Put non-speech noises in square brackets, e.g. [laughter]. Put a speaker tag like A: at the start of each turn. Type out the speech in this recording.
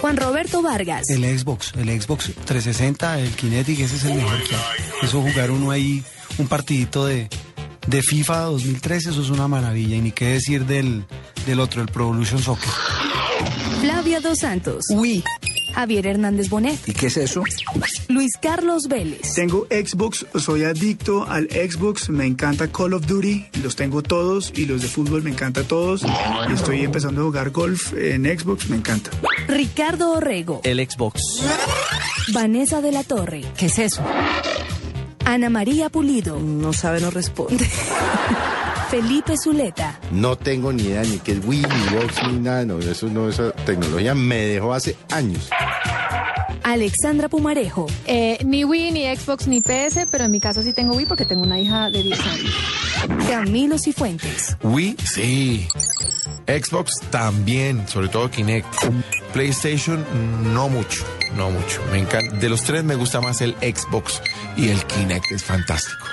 A: Juan Roberto Vargas.
B: El Xbox, el Xbox 360, el Kinetic, ese es el mejor que hay. Eso jugar uno ahí, un partidito de, de FIFA 2013, eso es una maravilla. Y ni qué decir del, del otro, el Pro Evolution Soccer.
A: Flavia Dos Santos.
C: Uy,
A: Javier Hernández Bonet.
D: ¿Y qué es eso?
A: Luis Carlos Vélez.
C: tengo Xbox, soy adicto al Xbox, me encanta Call of Duty, los tengo todos y los de fútbol me encanta todos. Y estoy empezando a jugar golf en Xbox, me encanta.
A: Ricardo Orrego.
E: El Xbox.
A: Vanessa de la Torre.
F: ¿Qué es eso?
A: Ana María Pulido.
F: No sabe, no responde.
A: [laughs] Felipe Zuleta.
G: No tengo ni idea ni qué es Wii, ni Box, ni nada. No, eso no, esa tecnología me dejó hace años.
A: Alexandra Pumarejo.
H: Eh, ni Wii, ni Xbox, ni PS, pero en mi casa sí tengo Wii porque tengo una hija de 10 años.
A: Camilo Cifuentes.
I: Wii, sí. Xbox también, sobre todo Kinect. PlayStation, no mucho, no mucho. Me encanta. De los tres me gusta más el Xbox y el Kinect es fantástico.